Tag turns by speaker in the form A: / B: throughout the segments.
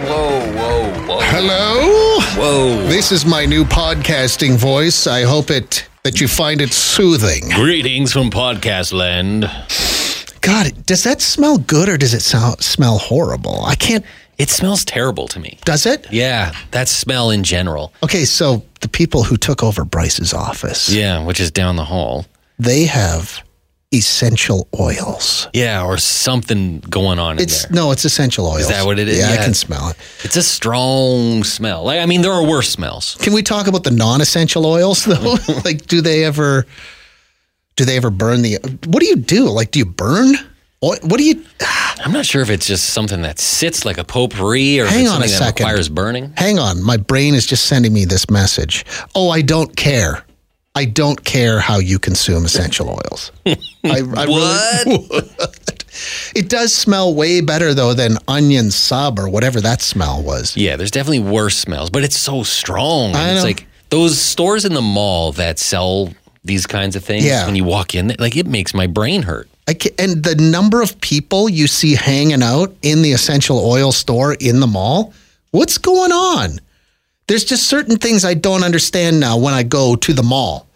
A: Whoa, whoa, whoa,
B: Hello?
A: whoa.
B: This is my new podcasting voice. I hope it that you find it soothing.
A: Greetings from Podcast Land.
B: God, does that smell good or does it sound, smell horrible? I can't.
A: It smells terrible to me.
B: Does it?
A: Yeah, that smell in general.
B: Okay, so the people who took over Bryce's office,
A: Yeah, which is down the hall.
B: they have essential oils.
A: Yeah, or something going on in
B: It's
A: there.
B: no, it's essential oils.
A: that what it is?
B: Yeah, I
A: Yeah.
B: can smell it.
A: It's a strong smell. Like, I mean, there are worse smells.
B: Can we talk about the non-essential oils though? like, do they ever? Do they ever burn the? What do you do? Like, do you burn? What, what do you?
A: I'm not sure if it's just something that sits like a potpourri or if
B: Hang
A: it's
B: on a
A: something that
B: second.
A: requires burning.
B: Hang on, my brain is just sending me this message. Oh, I don't care. I don't care how you consume essential oils. I, I Really, what? It does smell way better though than onion sub or whatever that smell was.
A: Yeah, there's definitely worse smells, but it's so strong.
B: I
A: It's
B: know.
A: like those stores in the mall that sell these kinds of things.
B: Yeah.
A: When you walk in, like it makes my brain hurt.
B: I ca and the number of people you see hanging out in the essential oil store in the mall, what's going on? There's just certain things I don't understand now when I go to the mall.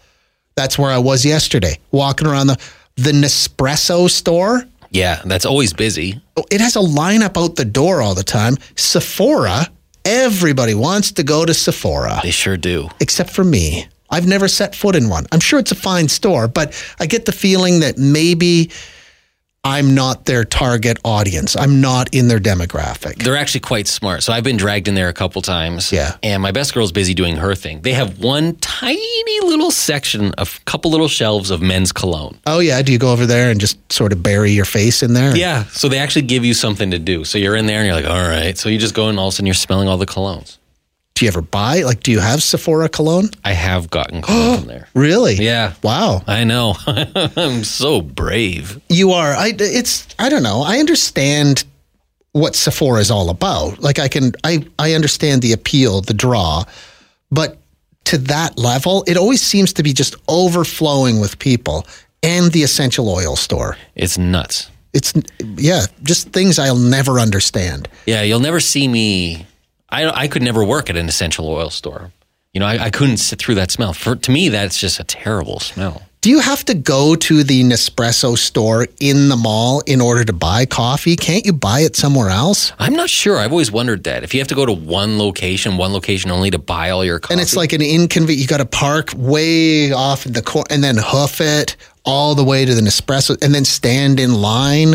B: That's where I was yesterday, walking around the the Nespresso store.
A: Yeah, that's always busy.
B: Oh, It has a lineup out the door all the time. Sephora, everybody wants to go to Sephora
A: They sure do.
B: except for me. I've never set foot in one. I'm sure it's a fine store, but I get the feeling that maybe I'm not their target audience. I'm not in their demographic.
A: They're actually quite smart. So I've been dragged in there a couple times.
B: Yeah.
A: And my best girl's busy doing her thing. They have one tiny little section, a couple little shelves of men's cologne.
B: Oh, yeah. Do you go over there and just sort of bury your face in there?
A: Yeah. So they actually give you something to do. So you're in there and you're like, all right. So you just go and all of a sudden you're smelling all the colognes.
B: Do you ever buy? Like, do you have Sephora cologne?
A: I have gotten cologne from there.
B: Really?
A: Yeah.
B: Wow.
A: I know. I'm so brave.
B: You are. I, it's, I don't know. I understand what Sephora is all about. Like, I can, I, I understand the appeal, the draw, but to that level, it always seems to be just overflowing with people and the essential oil store.
A: It's nuts.
B: It's yeah, just things I'll never understand.
A: Yeah, you'll never see me. I, I could never work at an essential oil store. You know, I, I couldn't sit through that smell. For, to me, that's just a terrible smell.
B: Do you have to go to the Nespresso store in the mall in order to buy coffee? Can't you buy it somewhere else?
A: I'm not sure. I've always wondered that. If you have to go to one location, one location only to buy all your coffee.
B: And it's like an inconvenient. You got to park way off in the corner and then hoof it all the way to the Nespresso and then stand in line.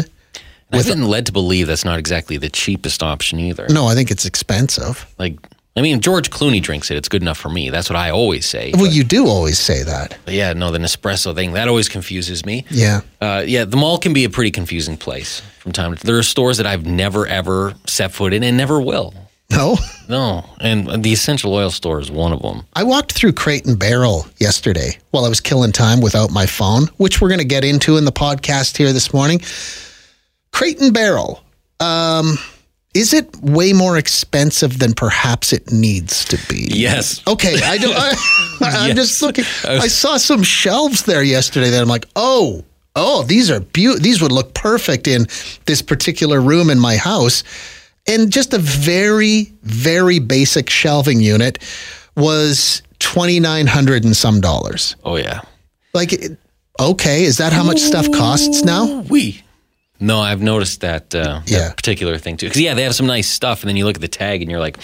A: I've been led to believe that's not exactly the cheapest option either.
B: No, I think it's expensive.
A: Like, I mean, if George Clooney drinks it. It's good enough for me. That's what I always say.
B: Well, you do always say that.
A: But yeah, no, the Nespresso thing that always confuses me.
B: Yeah.
A: Uh, yeah, the mall can be a pretty confusing place from time to time. There are stores that I've never ever set foot in and never will.
B: No.
A: No, and the essential oil store is one of them.
B: I walked through Crate and Barrel yesterday while I was killing time without my phone, which we're going to get into in the podcast here this morning. Crate and Barrel, um, is it way more expensive than perhaps it needs to be?
A: Yes.
B: Okay, I don't. I, I'm
A: Yes.
B: just looking. I saw some shelves there yesterday that I'm like, oh, oh, these are beautiful. These would look perfect in this particular room in my house. And just a very, very basic shelving unit was twenty nine hundred and some dollars.
A: Oh yeah.
B: Like, it- okay, is that how much stuff costs now?
A: We. No, I've noticed that, uh, that
B: Yeah.
A: particular thing too. Because yeah, they have some nice stuff, and then you look at the tag and you're like,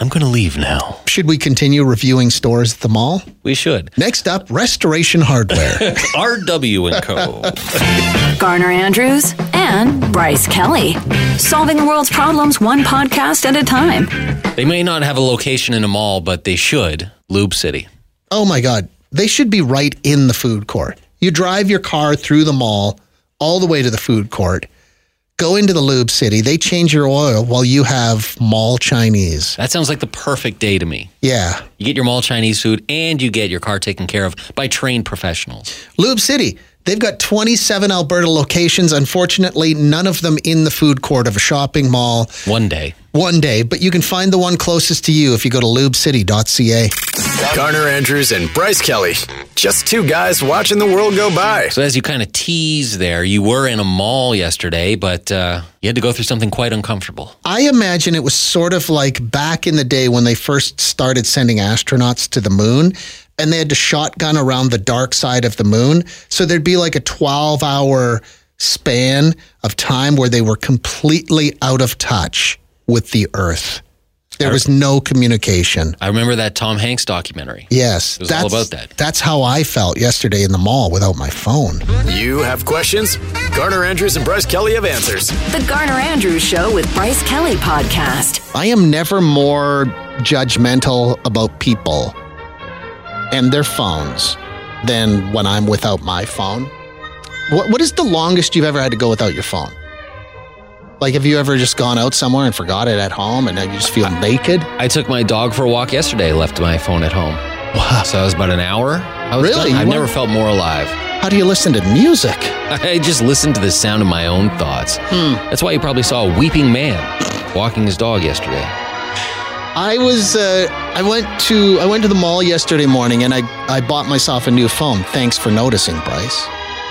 A: I'm going to leave now.
B: Should we continue reviewing stores at the mall?
A: We should.
B: Next up, Restoration Hardware.
A: RW and Co.
C: Garner Andrews and Bryce Kelly. Solving the world's problems one podcast at a time.
A: They may not have a location in a mall, but they should. Lube City.
B: oh my God, they should be right in the food court. You drive your car through the mall all the way to the food court, go into the Lube City, they change your oil while you have mall Chinese.
A: That sounds like the perfect day to me.
B: Yeah.
A: You get your mall Chinese food and you get your car taken care of by trained professionals.
B: Lube City. They've got 27 Alberta locations. Unfortunately, none of them in the food court of a shopping mall
A: One day.
B: one day, but you can find the one closest to you if you go to lubecity.ca.
D: Garner Andrews and Bryce Kelly. Just two guys watching the world go by.
A: So, as you kind of tease there, you were in a mall yesterday, but uh, you had to go through something quite uncomfortable.
B: I imagine it was sort of like back in the day when they first started sending astronauts to the moon and they had to shotgun around the dark side of the moon. So there'd be like a 12 hour span of time where they were completely out of touch with the Earth. There was no communication.
A: I remember that Tom Hanks documentary.
B: Yes,
A: was all about that.
B: That's how I felt yesterday in the mall without my phone.
D: You have questions? Garner Andrews and Bryce Kelly have answers.
C: The Garner Andrews Show with Bryce Kelly podcast.
B: I am never more judgmental about people and their phones than when I'm without my phone. What what is the longest you've ever had to go without your phone? Like, have you ever just gone out somewhere and forgot it at home, and now you just feel naked?
A: I took my dog for a walk yesterday, left my phone at home. Wow. So, it was about an hour. I was
B: Really?
A: done. I've
B: You
A: never
B: weren't-
A: felt more alive.
B: How do you listen to music?
A: I just listened to the sound of my own thoughts. That's why you probably saw a weeping man walking his dog yesterday.
B: I was uh, I went to I went to the mall yesterday morning, and I I bought myself a new phone. Thanks for noticing, Bryce.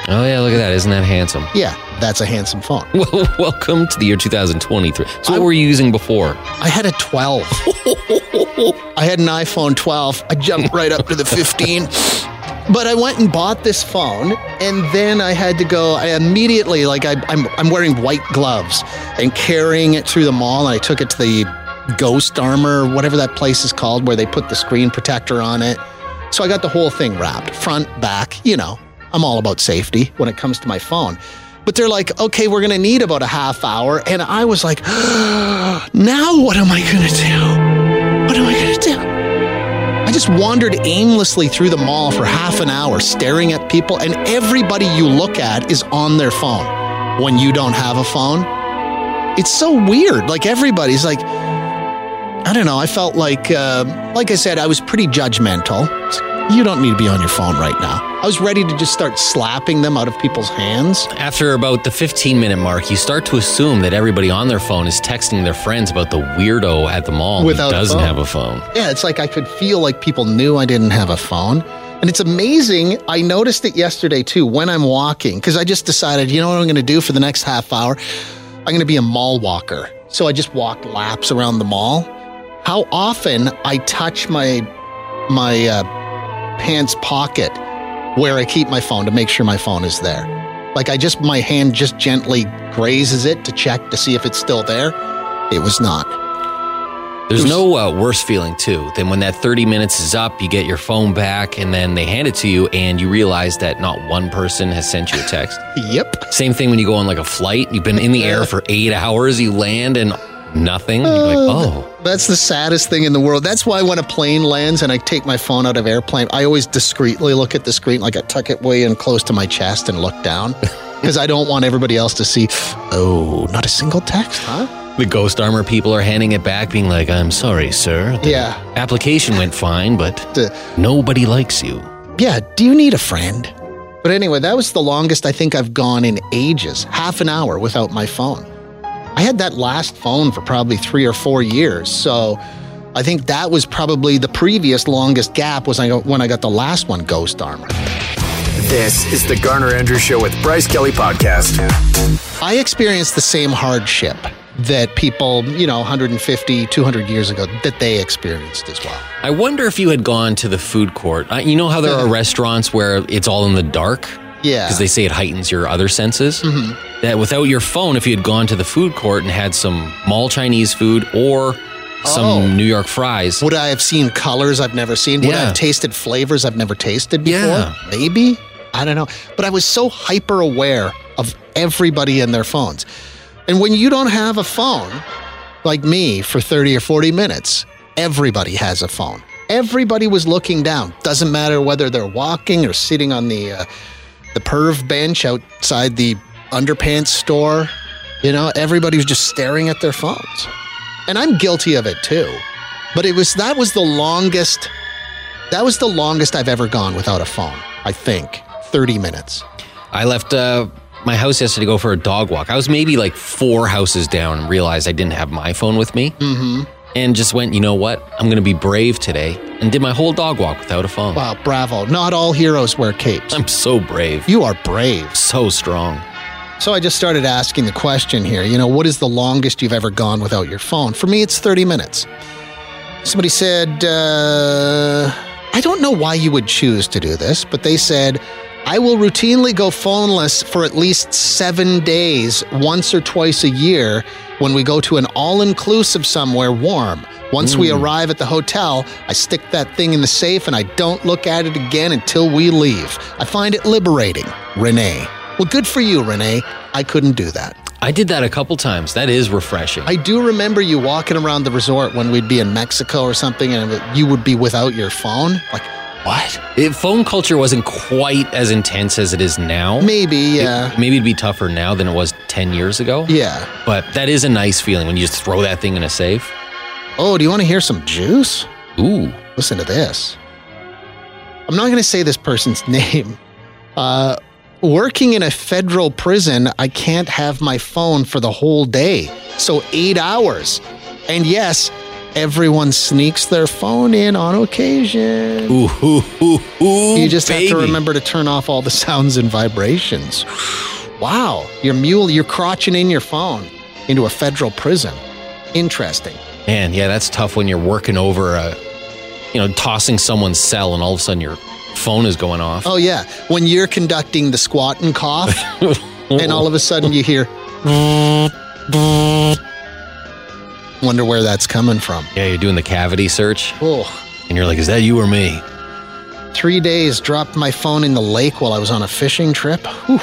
A: Oh yeah, look at that! Isn't that handsome?
B: Yeah, that's a handsome phone.
A: Well, welcome to the year 2023. So what were you using before?
B: I had a 12. I had an iPhone 12. I jumped right up to the 15. But I went and bought this phone, and then I had to go. I immediately, like, I, I'm, I'm wearing white gloves and carrying it through the mall, and I took it to the Ghost Armor, whatever that place is called, where they put the screen protector on it. So I got the whole thing wrapped, front, back. You know, I'm all about safety when it comes to my phone. But they're like, okay, we're going to need about a half hour. And I was like, now what am I going to do? What am I going to do? I just wandered aimlessly through the mall for half an hour, staring at people, and everybody you look at is on their phone when you don't have a phone. It's so weird. Like, everybody's like, I don't know. I felt like, uh, like I said, I was pretty judgmental. You don't need to be on your phone right now. I was ready to just start slapping them out of people's hands.
A: After about the 15 minute mark, you start to assume that everybody on their phone is texting their friends about the weirdo at the mall
B: Without a
A: who doesn't
B: phone.
A: have a phone.
B: Yeah, it's like I could feel like people knew I didn't have a phone. And it's amazing. I noticed it yesterday too when I'm walking because I just decided, you know what I'm going to do for the next half hour? I'm going to be a mall walker. So I just walked laps around the mall. How often I touch my my uh, pants pocket where I keep my phone to make sure my phone is there. Like I just my hand just gently grazes it to check to see if it's still there. It was not.
A: There's no uh, worse feeling too than when that 30 minutes is up, you get your phone back, and then they hand it to you, and you realize that not one person has sent you a text.
B: Yep.
A: Same thing when you go on like a flight. You've been in the air for eight hours. You land and nothing. You're like, oh,
B: That's the saddest thing in the world. That's why when a plane lands and I take my phone out of airplane, I always discreetly look at the screen, like I tuck it way in close to my chest and look down, because I don't want everybody else to see. Oh, not a single text, huh?
A: the ghost armor people are handing it back, being like, I'm sorry, sir. The
B: Yeah.
A: Application went fine, but
B: D-
A: nobody likes you.
B: yeah. Do you need a friend? But anyway, that was the longest I think I've gone in ages, half an hour without my phone. I had that last phone for probably three or four years, so I think that was probably the previous longest gap was I got- when I got the last one, Ghost Armor.
D: This is the Garner Andrews Show with Bryce Kelly Podcast.
B: I experienced the same hardship that people, you know, 150, 200 years ago, that they experienced as well.
A: I wonder if you had gone to the food court. Uh, you know how there are restaurants where it's all in the dark?
B: Yeah.
A: Because they say it heightens your other senses.
B: Mm-hmm.
A: That without your phone, if you had gone to the food court and had some mall Chinese food or some
B: Oh.
A: New York fries.
B: Would I have seen colors I've never seen? Would I
A: Yeah.
B: have tasted flavors I've never tasted before?
A: Yeah.
B: Maybe. I don't know. But I was so hyper aware of everybody and their phones. And when you don't have a phone, like me, for 30 or 40 minutes, everybody has a phone. Everybody was looking down. Doesn't matter whether they're walking or sitting on the uh, the perv bench outside the underpants store. You know, everybody was just staring at their phones. And I'm guilty of it too. But it was that was the longest that was the longest I've ever gone without a phone, I think. 30 minutes.
A: I left uh, my house yesterday to go for a dog walk. I was maybe like four houses down and realized I didn't have my phone with me. Mm-hmm. And just went, you know what? I'm going to be brave today and did my whole dog walk without a phone.
B: Wow, bravo. Not all heroes wear capes.
A: I'm so brave,
B: You are brave.
A: so strong.
B: So I just started asking the question here, you know, what is the longest you've ever gone without your phone? For me, it's 30 minutes. Somebody said, uh, I don't know why you would choose to do this, but they said, I will routinely go phoneless for at least seven days, once or twice a year, when we go to an all inclusive somewhere warm. Once we arrive at the hotel, I stick that thing in the safe and I don't look at it again until we leave. I find it liberating. Renee. Well, good for you, Renee. I couldn't do that.
A: I did that a couple times. That is refreshing.
B: I do remember you walking around the resort when we'd be in Mexico or something, and you would be without your phone. Like, what?
A: It, phone culture wasn't quite as intense as it is now.
B: Maybe, yeah.
A: Uh, Maybe it'd be tougher now than it was 10 years ago.
B: yeah.
A: But that is a nice feeling when you just throw that thing in a safe.
B: Oh, do you want to hear some juice?
A: Ooh.
B: Listen to this. I'm not going to say this person's name. Uh, working in a federal prison, I can't have my phone for the whole day. So, eight hours. And yes, everyone sneaks their phone in on occasion.
A: Ooh, ooh, ooh, ooh.
B: You just have
A: baby.
B: to remember to turn off all the sounds and vibrations. Wow, your mule, you're crotching in your phone into a federal prison. Interesting.
A: Man, yeah, that's tough when you're working over a, you know, tossing someone's cell and all of a sudden your phone is going off.
B: Oh, yeah. When you're conducting the squat and cough, and all of a sudden you hear. Wonder where that's coming from.
A: Yeah, you're doing the cavity search
B: Oh,
A: and you're like, is that you or me?
B: three days dropped my phone in the lake while I was on a fishing trip. Whew.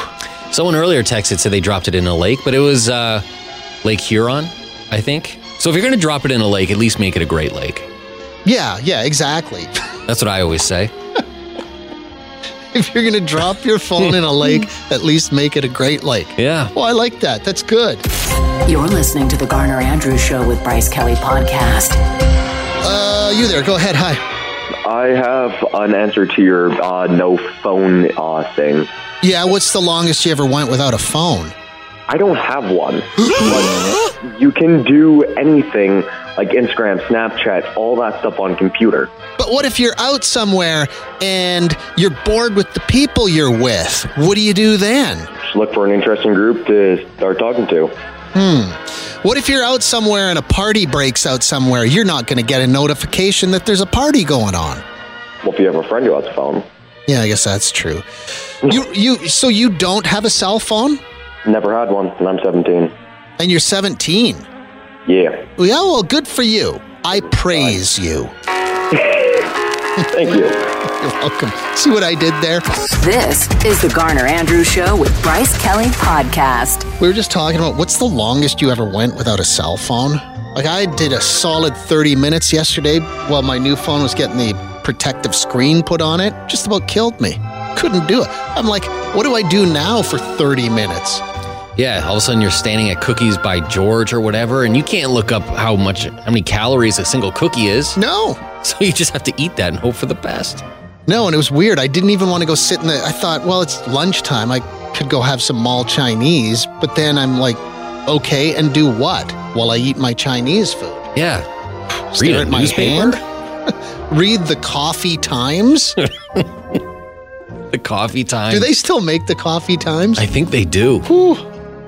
A: Someone earlier texted said they dropped it in a lake, but it was uh, Lake Huron, I think. So if you're going to drop it in a lake, at least make it a great lake.
B: Yeah, yeah, exactly.
A: That's what I always say.
B: if you're going to drop your phone in a lake, at least make it a great lake.
A: Yeah.
B: Oh, I like that. That's good.
C: You're listening to The Garner Andrews Show with Bryce Kelly Podcast.
B: Uh, you there? Go ahead. Hi.
E: I have an answer to your uh, no phone uh, thing.
B: Yeah. What's the longest you ever went without a phone?
E: I don't have one. but you can do anything like Instagram, Snapchat, all that stuff on computer.
B: But what if you're out somewhere and you're bored with the people you're with? What do you do then?
E: Just look for an interesting group to start talking to.
B: What if you're out somewhere and a party breaks out somewhere? You're not going to get a notification that there's a party going on.
E: Well, if you have a friend who has a phone,
B: Yeah, I guess that's true. You, you, so you don't have a cell phone,
E: never had one, and I'm 17.
B: and you're 17. Yeah.
E: Yeah,
B: Well, good for you. I praise you.
E: thank you.
B: You're welcome. See what I did there?
C: This is The Garner Andrews Show with Bryce Kelly Podcast.
B: We were just talking about what's the longest you ever went without a cell phone? Like, I did a solid 30 minutes yesterday while my new phone was getting the protective screen put on it. Just about killed me. Couldn't do it. I'm like, what do I do now for 30 minutes?
A: Yeah, all of a sudden you're standing at Cookies by George or whatever, and you can't look up how much, how many calories a single cookie is.
B: No.
A: So you just have to eat that and hope for the best.
B: No, and it was weird. I didn't even want to go sit in the. I thought, well, it's lunchtime. I could go have some mall Chinese. But then I'm like, okay, and do what while I eat my Chinese food?
A: Yeah.
B: Stare
A: a
B: at my
A: newspaper?
B: hand? Read the coffee times?
A: The coffee time.
B: Do they still make the coffee times?
A: I think they do.
B: Whew.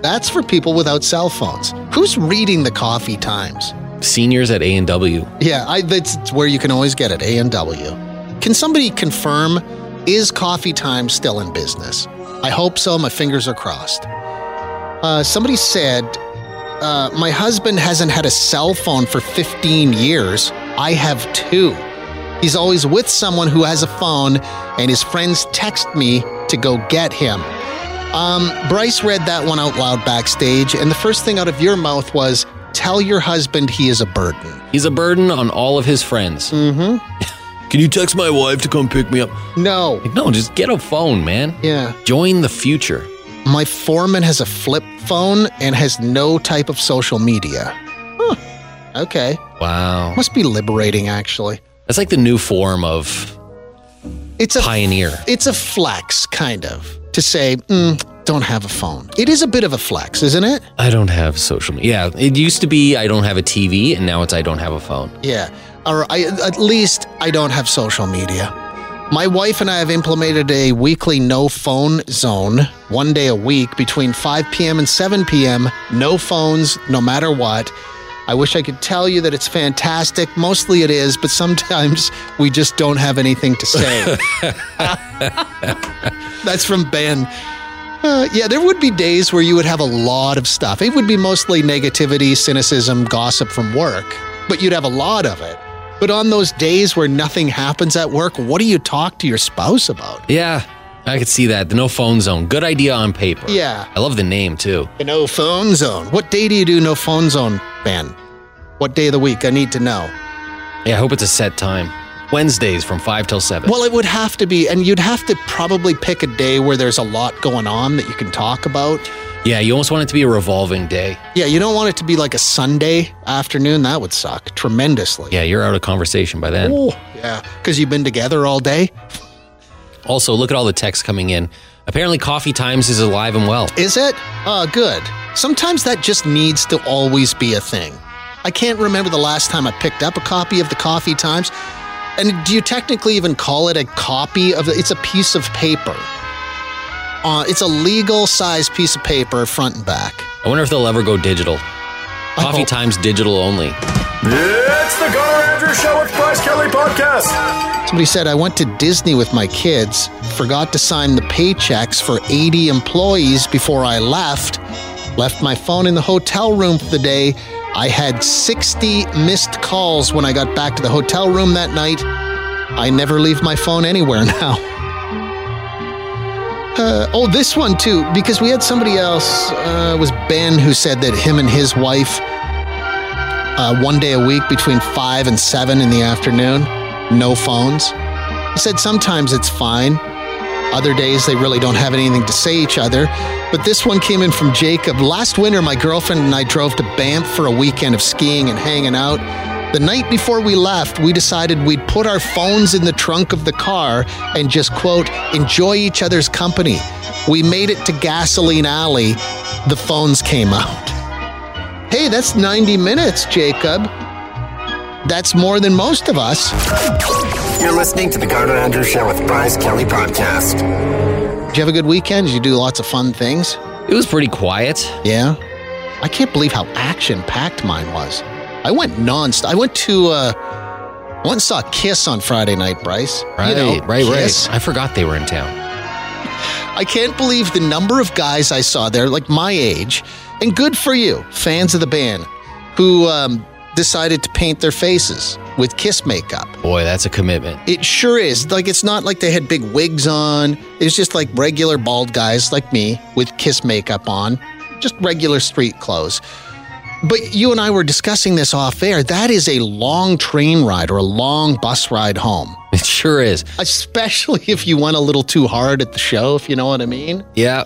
B: That's for people without cell phones. Who's reading the coffee times?
A: Seniors at A and W.
B: Yeah, I, that's it's where you can always get it. A and W. Can somebody confirm? Is coffee time still in business? I hope so. My fingers are crossed. Uh, somebody said uh, my husband hasn't had a cell phone for 15 years. I have two. He's always with someone who has a phone, and his friends text me to go get him. Um, Bryce read that one out loud backstage, and the first thing out of your mouth was, Tell your husband he is a burden.
A: He's a burden on all of his friends.
B: Mm
A: Can you text my wife to come pick me up?
B: hmm. No.
A: Like, no, just get a phone, man.
B: Yeah.
A: Join the future.
B: My foreman has a flip phone and has no type of social media. Huh. Okay.
A: Wow.
B: Must be liberating, actually.
A: That's like the new form of
B: It's a
A: pioneer.
B: it's a flex, kind of, to say, mm, don't have a phone. It is a bit of a flex, isn't it?
A: I don't have social media. Yeah, it used to be I don't have a TV, and now it's I don't have a phone.
B: Yeah. Or I, at least I don't have social media. My wife and I have implemented a weekly no phone zone, one day a week between 5 p.m. and 7 p.m. No phones, no matter what. I wish I could tell you that it's fantastic. Mostly it is, but sometimes we just don't have anything to say. That's from Ben. Uh, yeah, there would be days where you would have a lot of stuff. It would be mostly negativity, cynicism, gossip from work, but you'd have a lot of it. But on those days where nothing happens at work, what do you talk to your spouse about?
A: Yeah, I could see that. The no phone zone. Good idea on paper.
B: Yeah,
A: I love the name too.
B: the no phone zone. What day do you do no phone zone, Ben? What day of the week? I need to know.
A: Yeah, I hope it's a set time. Wednesdays from 5 till 7.
B: Well, it would have to be, and you'd have to probably pick a day where there's a lot going on that you can talk about.
A: yeah, you almost want it to be a revolving day.
B: Yeah, you don't want it to be like a Sunday afternoon. That would suck tremendously.
A: Yeah, you're out of conversation by then.
B: Oh, yeah. Because you've been together all day?
A: Also, look at all the texts coming in. Apparently, Coffee Times is alive and well.
B: Is it? Oh, good. Sometimes that just needs to always be a thing. I can't remember the last time I picked up a copy of the Coffee Times. And do you technically even call it a copy of it's a piece of paper. Uh, it's a legal size piece of paper front and back.
A: I wonder if they'll ever go digital.
B: Oh.
A: Coffee
B: hope-
A: Times digital only.
D: It's the Garner Andrews Show with Bryce Kelly Podcast.
B: Somebody said, I went to Disney with my kids, forgot to sign the paychecks for 80 employees before I left, left my phone in the hotel room for the day. I had 60 missed calls when I got back to the hotel room that night. I never leave my phone anywhere now. Uh, oh, this one too, because we had somebody else, uh, it was Ben, who said that him and his wife uh, one day a week between 5 and 7 in the afternoon. No phones. He said sometimes it's fine. Other days they really don't have anything to say each other. But this one came in from Jacob. Last winter, my girlfriend and I drove to Banff for a weekend of skiing and hanging out. The night before we left, we decided we'd put our phones in the trunk of the car and just, quote, enjoy each other's company. We made it to Gasoline Alley. The phones came out. Hey, that's 90 minutes, Jacob. That's more than most of us.
D: You're listening to the Garner Andrews Show with Bryce Kelly Podcast.
B: Did you have a good weekend? Did you do lots of fun things?
A: It was pretty quiet.
B: Yeah. I can't believe how action packed mine was. I went nonstop. I went to, uh, I went and saw Kiss on Friday night, Bryce. You
A: Right,
B: know,
A: right,
B: Kiss.
A: right. I forgot they were in town.
B: I can't believe the number of guys I saw there, like my age, and good for you, fans of the band, who um, decided to paint their faces with Kiss makeup.
A: Boy, that's a commitment.
B: It sure is. Like, it's not like they had big wigs on. It was just like regular bald guys like me with kiss makeup on, just regular street clothes. But you and I were discussing this off air. That is a long train ride or a long bus ride home,
A: It sure is.
B: especially if you went a little too hard at the show, if you know what I mean.
A: Yeah.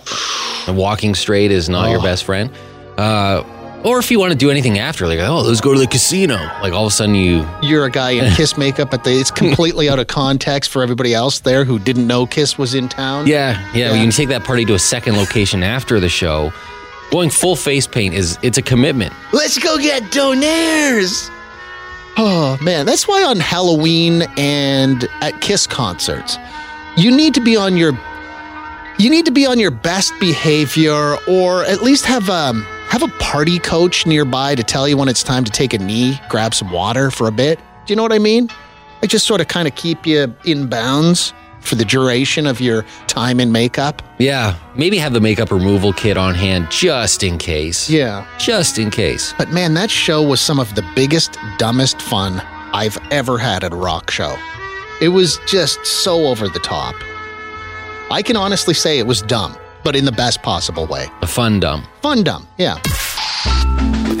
A: And walking straight is not your best friend. Uh, or if you want to do anything after, like, oh, let's go to the casino. Like, all of a sudden you,
B: You're a guy in kiss makeup, but it's completely out of context for everybody else there who didn't know Kiss was in town.
A: yeah, yeah, you can take that party to a second location after the show. Going full face paint is, it's a commitment.
B: Let's go get donairs. Oh man, that's why on Halloween and at Kiss concerts, you need to be on your you need to be on your best behavior or at least have um have a party coach nearby to tell you when it's time to take a knee, grab some water for a bit. Do you know what I mean? Like just sort of kind of keep you in bounds. for the duration of your time in makeup.
A: Yeah, maybe have the makeup removal kit on hand just in case.
B: Yeah.
A: Just in case.
B: But man, that show was some of the biggest, dumbest fun I've ever had at a rock show. It was just so over the top. I can honestly say it was dumb, but in the best possible way.
A: A fun dump.
B: Fun dumb, yeah.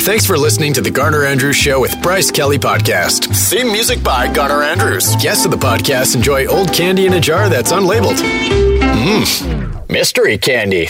D: Thanks for listening to the Garner Andrews Show with Bryce Kelly Podcast. Theme music by Garner Andrews. Guests of the podcast enjoy old candy in a jar that's unlabeled. Mmm, mystery candy.